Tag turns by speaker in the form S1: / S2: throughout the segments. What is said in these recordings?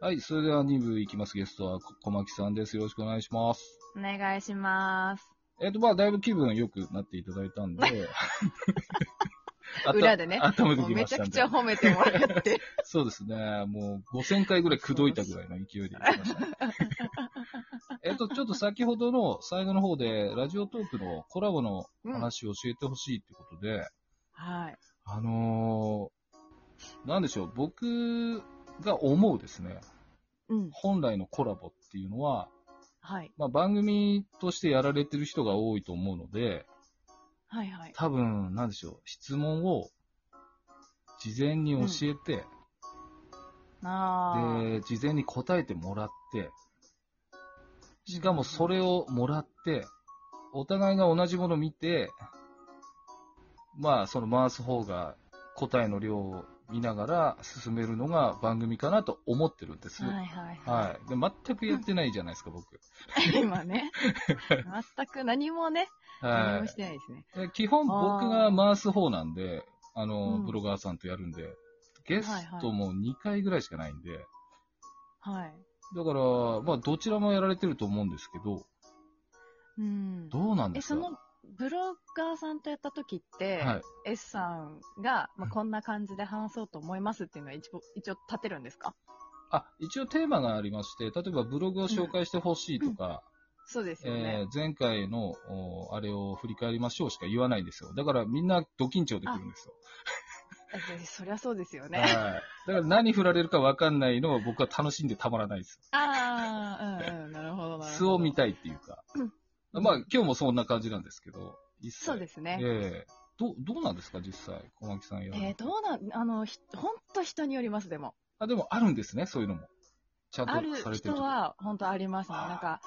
S1: はい、それでは2部いきます。ゲストはこ小牧さんです。よろしくお願いします。
S2: お願いします。
S1: えっ、と、まあ、だいぶ気分良くなっていただいたんで。あた
S2: 裏でね。
S1: 温めて
S2: もう
S1: き
S2: め
S1: まし
S2: ちゃ
S1: たん
S2: く
S1: で
S2: ちゃ。褒めても らって。
S1: そうですね。もう5000回ぐらい口説いたぐらいの勢いで言きま したね。えっと、ちょっと先ほどの最後の方で、ラジオトークのコラボの話を教えてほしいってことで、
S2: はい。
S1: あのー、なんでしょう、僕が思うですね、
S2: うん。
S1: 本来のコラボっていうのは、
S2: はい。
S1: まあ、番組としてやられてる人が多いと思うので、
S2: はいはい。
S1: 多分、なんでしょう、質問を事前に教えて、
S2: あ
S1: で、事前に答えてもらって、しかもそれをもらって、お互いが同じものを見て、まあ、その回す方が答えの量を見ながら進めるのが番組かなと思ってるんです。
S2: あ。は
S1: はい
S2: はい
S1: い。
S2: は
S1: で全くやってないじゃないですか、僕。
S2: い。 今ね。全く何もね、何
S1: は
S2: もしてないですね。
S1: い。で基本僕
S2: あ
S1: が
S2: ー
S1: 回す方なんで、あの、
S2: うん
S1: ブロガーさんとやるんで、ゲス
S2: はいはい
S1: トも2回ぐらいしかないんで、
S2: はい。
S1: だから、まあ、どちらもやられてると思うんですけど、
S2: うん。
S1: どうなんで
S2: え、
S1: す
S2: そ
S1: か
S2: の、ブロガーさんとやった時って、
S1: はい。
S2: S さんが、まあ、こんな感じで話そうと思いますっていうのは一応、一応立てるんですか
S1: あ、一応テーマがありまして、例えばブログを紹介してほしいとか、
S2: そうですよ
S1: え
S2: ね。
S1: ー前回のおあれを振り返りましょうしか言わないんですよ。だからみんなド緊張できるんですよ。
S2: えそりゃそうですよ
S1: はい。だ
S2: ね。
S1: から何振られるかわかんないのを僕は楽しんでたまらないです。
S2: ああ、うんうん、なるほど、なるほど。
S1: 素を見たいっていうか。
S2: うん
S1: まあ今日もそんな感じなんですけど、一切
S2: そうですね。
S1: ええどうどうなんですか、実際、小牧さんやるの
S2: えー、どうなん、あの、ひほんと人によります、でも。
S1: あ、でもあるんですね、そういうのも。ちゃんと
S2: あ
S1: さ
S2: る
S1: れてると
S2: 人は、本当ありますね。
S1: あー
S2: なんか、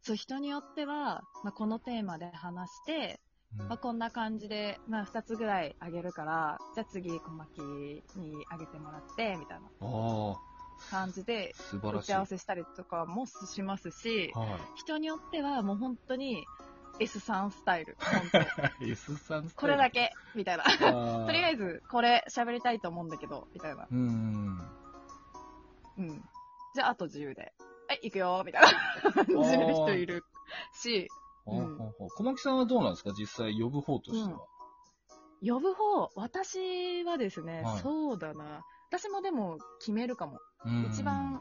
S2: そう、人によっては、まあ、このテーマで話して、
S1: うん
S2: まあ、こんな感じで、まあ、2つぐらいあげるから、じゃあ次、小牧にあげてもらって、みたいな
S1: あ
S2: 感じ
S1: あ、
S2: で、
S1: 素晴
S2: 打
S1: らしい。
S2: ち合わせしたりとかもしますし、
S1: は
S2: 人によっては、もう本当に、S さんスタイル。本 当
S1: い。S さん
S2: これだ
S1: け。
S2: け、みたいな。
S1: と
S2: とりあ
S1: ず。
S2: えず、これ喋りたいと思うんだけど、みたいな。
S1: うん。
S2: うん。じゃあ、あと自由で。はい、行くよ、みたいな感じの人いるし、
S1: ほうほうほう小牧さんはどうなんですか実際呼ぶ方としては。
S2: 呼ぶ方、私はですね、
S1: はい
S2: そうだな。私もでも決めるかも。
S1: うん
S2: 一番。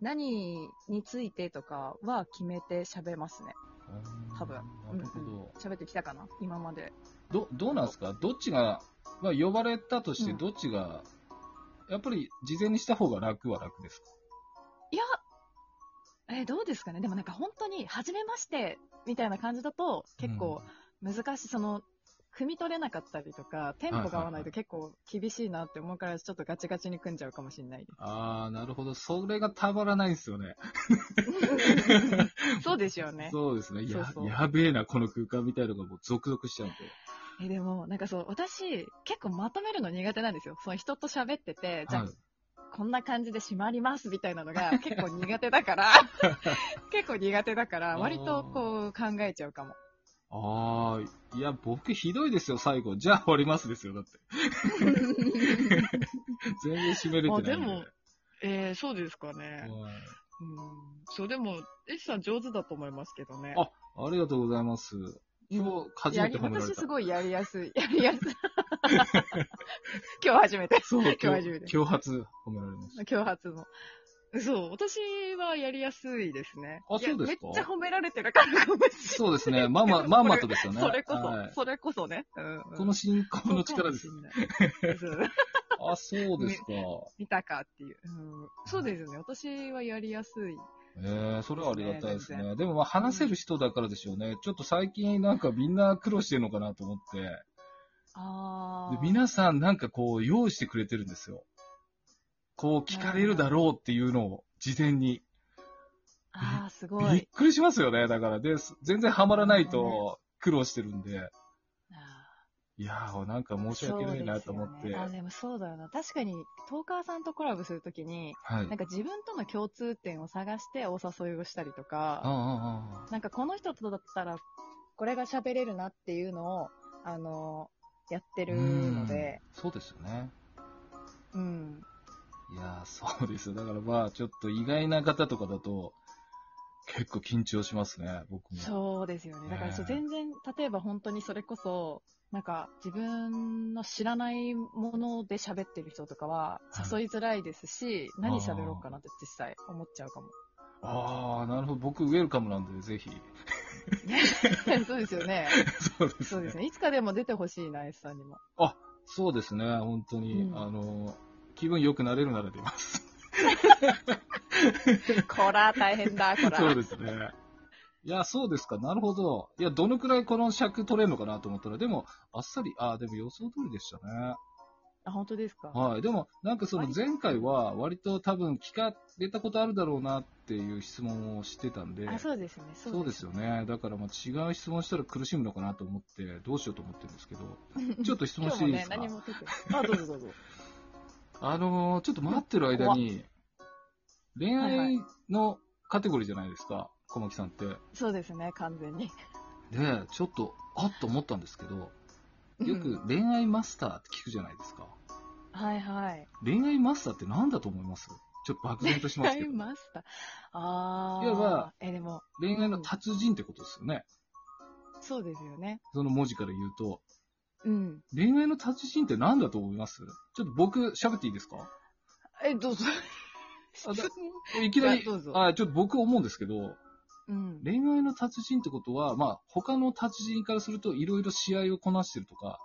S2: 何についてとかは決めて喋ますね。多分
S1: うんなるほど。
S2: 喋ってきたかな今まで。
S1: ど、どうなんですかどっちが、まあ呼ばれたとして
S2: うん
S1: どっちが、やっぱり事前にした方が楽は楽ですか
S2: いや、えーどうですかねでもなんか本当に、初めまして、みたいな感じだと、結構、難しい、その、汲み取れなかったりとか、テンポが合わないと結構厳しいなって思うから、ちょっとガチガチに組んじゃうかもしれ ない。
S1: ああ、なるほど。それがたまらないですよね。
S2: そうですよね。
S1: そうですね。や、
S2: そうそう
S1: やべえな、この空間みたいのがもう続々しちゃうんで。
S2: えでも、なんかそう、私、結構まとめるの苦手なんですよ。その人と喋ってて、じゃあ、
S1: はい
S2: こんな感じで締まりますみたいなのが結構苦手だ から、結構苦手だから、割とこう考えちゃうか も。
S1: ああ、いや、僕ひどいですよ、最後。じゃあ終わりますですよ、だって。全然締めれてないんで。
S2: あでもえー、そうですかね。
S1: はい
S2: うん。そう、でも、エさん上手だと思いますけどね
S1: あ、ありがとうございます。今日、初
S2: や
S1: め
S2: り
S1: て褒められ
S2: 私
S1: た
S2: す。ごいやりやすい。 やりやすい。今日初めて。
S1: そう、
S2: 今日
S1: 今
S2: 初
S1: 日
S2: めて。
S1: 今日初褒められました。
S2: 今日初の。そう、私はやりやすいですね。
S1: あそうですか
S2: いやめっちゃ褒められてるからかもし
S1: そうですね。まあまあ、まあまあとですよ
S2: れ
S1: ね。
S2: ない。それこそ、
S1: はい
S2: それこそね。うん、うん。
S1: この進行の力です。
S2: す。そう
S1: あ、そうですか。
S2: 見たかっていう、うん。そうですね。私はやりやすい。
S1: ええそれはありがたいです
S2: 全
S1: ね。でもまあ話せる人だからでしょうね。ちょっと最近なんかみんな苦労してるのかなと思って。
S2: あ
S1: で
S2: あ。
S1: 皆さんなんかこう用意してくれてるんですよ。こう聞かれるだろうっていうのを事前に。
S2: ああ、すご
S1: びっ
S2: い。
S1: くりしますよね。だからで、全然ハマらないと苦労してるんで。
S2: あ
S1: いやー、なんか申
S2: ー
S1: し訳ないなと思
S2: そ
S1: っ
S2: う
S1: て。
S2: ですよねあ、でもそうだよな。確かに、トーカーさんとコラボするときに、
S1: はい。
S2: なんか自分との共通点を探してお誘いをしたりと
S1: ああ
S2: か、
S1: ああ、
S2: なんかこの人とだったら、これが喋れるなっていうのを、あの、やって
S1: い
S2: るので、。
S1: そうですよね。
S2: うん。
S1: いやー、そうですよ。だからまあ、ちょっと意外な方とかだと、結構緊張しますね、僕も。
S2: そうですよね。だからそう
S1: ねえ
S2: 全然、例えば本当にそれこそ、なんか自分の知らないもので喋ってる人とかは
S1: はい
S2: 誘いづらいですし、何喋ろうかな
S1: あ
S2: って実際思っちゃうかも。
S1: ああ、なるほど。僕、ウェルカムなんで、ぜひ。
S2: そうですよね。
S1: そうで
S2: そ
S1: す
S2: う
S1: ね
S2: で。すね。いつかでも出てほしいな、S さんにも。
S1: そうですね、本当に。
S2: うん
S1: あの、気分良くなれるなら出ます。
S2: こら、大変だ、こら。
S1: そうですね。いや、そうですか。なるほど。いや、どのくらいこの尺取れるのかなと思ったら、でも、あっさり、ああ、でも予想通りでしたね。
S2: あ、本当ですか。
S1: はい。でも、なんかその
S2: 割と
S1: 前回は、割と多分聞かれたことあるだろうなっていう質問をしてたんで、
S2: あ、そうですね。
S1: そうですよ。ね。だから、まあ違う質問したら苦しむのかなと思って、どうしようと思ってるんですけ ど、ちょっと質問
S2: 今
S1: し
S2: 日
S1: て
S2: も
S1: いいで
S2: ね
S1: す、か、
S2: 何も特に。あ、どうぞどう ぞ。
S1: あのーちょっと待ってる間に、恋
S2: はいは
S1: 愛のカテゴリーじゃないですか、小牧さんって。
S2: そうですね、完全に。
S1: で、ちょっと、あっと思ったんですけど、よ
S2: う
S1: く
S2: ん。
S1: 恋愛マスターって聞くじゃないですか。
S2: はいはい。
S1: 恋愛マスターって何だと思いますちょっと漠然とします
S2: 買
S1: け
S2: い
S1: ど。
S2: ました。あ
S1: いわば
S2: あ。え、でも、
S1: 恋愛の達人ってことですよね。
S2: そうですよね。
S1: その文字から言うと。
S2: うん。
S1: 恋愛の達人って何だと思いますちょっと僕喋っていいですか
S2: え、どうぞ。
S1: あだ
S2: 質
S1: いきなり
S2: いやどう、ぞ
S1: あちょっと僕思うんですけど、
S2: 問うん。
S1: 恋愛の達人ってことは、まあ、他の達人からすると、いろいろ試合をこなしてるとか、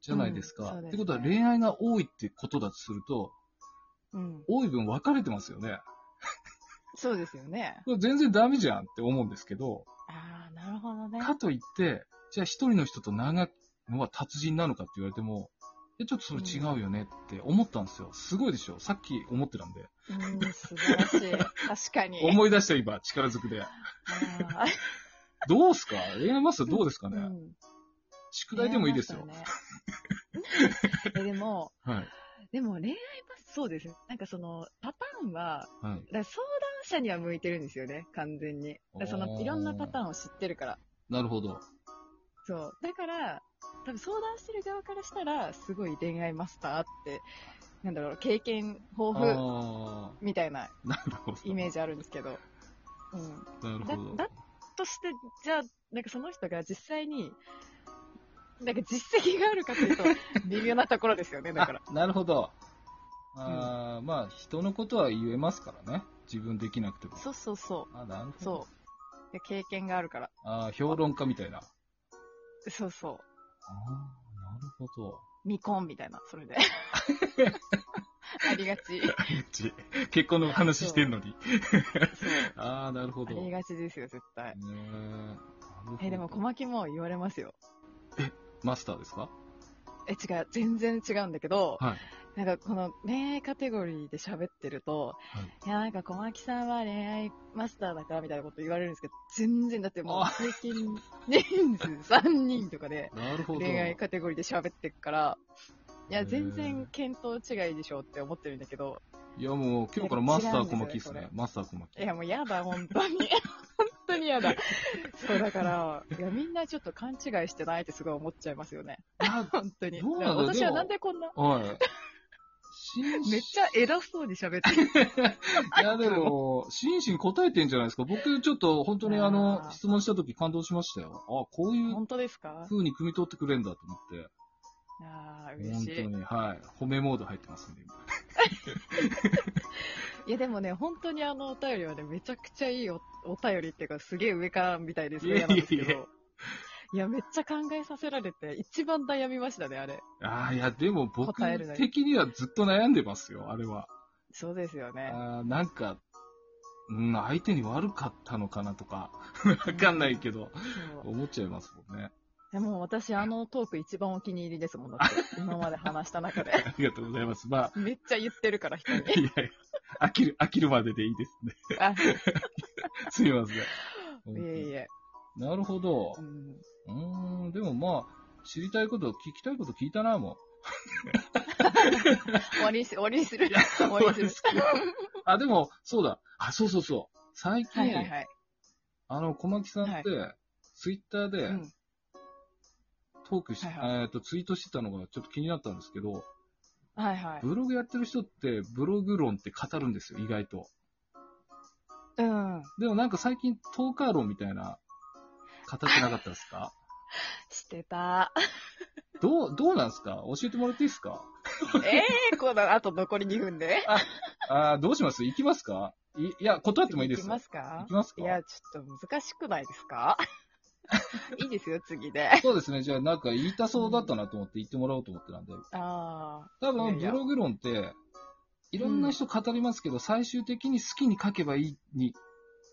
S1: じゃないですか。
S2: うんそうですね
S1: ってことは、恋愛が多いってことだとすると、
S2: うん。
S1: 多い分分かれてますよね。
S2: そうですよね。
S1: これ全然ダメじゃんって思うんですけど、
S2: ああ、なるほどね。
S1: かといって、じゃあ一人の人と長くのは達人なのかって言われても、いやちょっとそれ違うよねって思ったんですよ。すごいでしょさっき思ってたんで。
S2: うん、素晴らしい。 確かに。
S1: 思い出した今、力ずくで。
S2: あー
S1: どうすか恋愛マスターどうですかね、
S2: うん
S1: 宿題でもいいですよ。
S2: 恋愛マ スターねえ、でも、
S1: はい。
S2: でも恋愛マスそうですね。なんかその、パターンは、
S1: はい。
S2: だから相談者には向いてるんですよね、完全に。だからそ
S1: お
S2: の、
S1: ー
S2: いろんなパターンを知ってるから。
S1: なるほど。
S2: そう。だから、多分相談してる側からしたら、すごい恋愛マスターって、なんだろう、経験豊富
S1: あ
S2: みたいな
S1: あ、なるほど。
S2: イメージあるんですけど。うん。
S1: なるほど。
S2: だだとして、じゃあ、なんかその人が実際に、なんか実績があるか というと、微妙なところですよね、だから。
S1: あなるほど。あーまあ、人のことは言えますからね。自分できなくても。
S2: そうそうそ
S1: あなるほ
S2: う。
S1: ど。
S2: そう。で経験があるから。
S1: あー評論家みたいな。あ
S2: そうそう。
S1: あ、なるほど。
S2: 未婚みたいな、そ れで。ありがち。
S1: 結婚の話してんのに。
S2: そう。
S1: ああ、なるほ
S2: あ
S1: ど。
S2: り
S1: ね
S2: がちですよ、絶対。
S1: えなるほど
S2: え、でも、小牧も言われますよ。
S1: マスターですか
S2: え、違う、全然違うんだけど、
S1: はい。
S2: なんかこの恋愛カテゴリーで喋ってると、い、や、なんか小牧さんは恋愛マスターだからみたいなこと言われるんですけど、全然だってもう
S1: あ
S2: 最近人数3人 とかで
S1: なるほど。
S2: 恋愛カテゴリーで喋ってるから、い
S1: へ
S2: や、
S1: ー
S2: 全然見当違いでしょって思ってるんだけど、
S1: いや、もう今日からマスター小牧です
S2: 違うんで
S1: ね
S2: すよこ。
S1: マスター小牧。
S2: いや、もうやだ、本当に。 本当にやだ。そう、だから、いや、みんなちょっと勘違いしてないってすごい思っちゃいますよね。
S1: あ
S2: 本当に。
S1: どうなんだ
S2: 私
S1: で
S2: は
S1: も
S2: なんでこんな、
S1: はい。真摯
S2: めっちゃ偉そうに喋って
S1: い
S2: る。
S1: や、でも、真摯に答えてんじゃないですか。僕、ちょっと、本当にあ
S2: あ
S1: の、
S2: ー
S1: 質問した時感動しましたよ。あ、こういう
S2: 本当ですか
S1: 風に汲み取ってくれんだと思って。
S2: ああ、嬉
S1: 本
S2: しい
S1: 当。に、はい。褒めモード入ってますんで、今。
S2: いやでもね、本当にあのお便りはね、めちゃくちゃいいおお便りっていうか、すげえ上からみたいです
S1: いえいえ
S2: ね、なんですけ
S1: いえ
S2: ど。いや、めっちゃ考えさせられて、一番悩みましたね、あれ。
S1: ああ、いや、でも僕
S2: 答えるのに
S1: 的にはずっと悩んでますよ、あれは。
S2: そうですよね。
S1: あーなんか、うん、相手に悪かったのかなとか、わかんないけど、
S2: そう
S1: 思っちゃいますもんね。
S2: でも私、あのトーク一番お気に入りですもん、だって。今まで話した中で。
S1: ありがとうございます。まあ、
S2: めっちゃ言ってるから、人に。
S1: いやいや、飽きる、飽きるまででいいですね。
S2: あ、
S1: すみません。
S2: いえいえ。
S1: なるほど
S2: う。ん、
S1: うーん、でもまあ、知りたいこと、聞きたいこと聞いたな、も
S2: 終わりにす終わりにする。
S1: う。
S2: 終わりにする。
S1: る。 あ、でも、そうだ。あ、そうそうそう。最近、
S2: はいはいはい。
S1: あの、小牧さんって、ツイッターで、
S2: うん
S1: トークし、
S2: はいは
S1: えっと、ツイートしてたのがちょっと気になったんですけど、
S2: はいはい。
S1: ブログやってる人って、ブログ論って語るんですよ、意外と。
S2: うん。
S1: でもなんか最近、トーカー論みたいな、語ってなかったです か
S2: してた。
S1: どう、どうなんですか教えてもらっていいですか
S2: ええこのあと残り2分で。
S1: あーどうします行きますかいいや、断ってもいいです
S2: いき
S1: よ。
S2: ますか
S1: 行きますか
S2: いや、ちょっと難しくないで すかいいですよ、次で。
S1: そうですね。じゃあ、なんか言いたそうだったなと思って言ってもらおうと思ってなんで。
S2: ああ。
S1: 多
S2: いや
S1: 分、
S2: いや
S1: ブログ論って、いろんな人語りますけど、最終的に好きに書けばいいに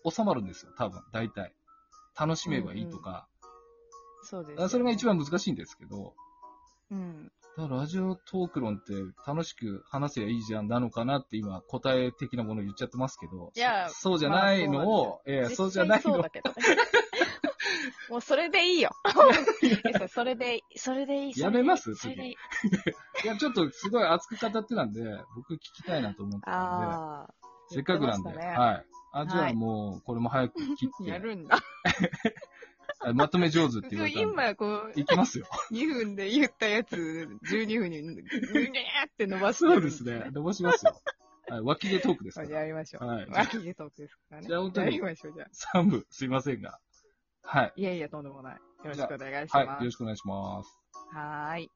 S1: 収まるんですよ。多分、大体。楽しめばいいとか。
S2: そうです、
S1: あそれが一。番難しいんですけど。
S2: うん。
S1: だからラジオトーク論って楽しく話せばいいじゃんなのかなって今答え的なものを言っちゃってますけど。
S2: いや
S1: そそうじゃないのを、ええそうじゃない
S2: 実際そう
S1: の
S2: だけ どね。もうそれでいいよ。ですそれでいい、それでいい。
S1: やめます
S2: それでいい。
S1: いや、ちょっとすごい熱く語ってたんで、僕聞きたいなと思ってたんで。
S2: ああ。
S1: せっかくなんで。
S2: 言ってましたね
S1: はい。あ、じゃ
S2: は
S1: あ
S2: い
S1: もう、これも早く切って、
S2: やるんだ。
S1: あまとめ上手って言われたんで。
S2: 今、こう、
S1: いきますよ。
S2: 2分で言ったやつ、12分に、ぐにゃーって伸ばす。
S1: そうですね。。伸ばしますよ。はい、脇毛トークです
S2: そ
S1: か
S2: れで
S1: ら。
S2: やりましょう。
S1: はい
S2: ワキゲトークですからね。
S1: じゃあ本当に
S2: やりましょう、じゃあ。
S1: 3部、すいませんが。はい。
S2: いやいや、とんでもない。よろしくお願いし
S1: はい。
S2: ま
S1: よ
S2: す
S1: ろ。しくお願いします。
S2: はーい。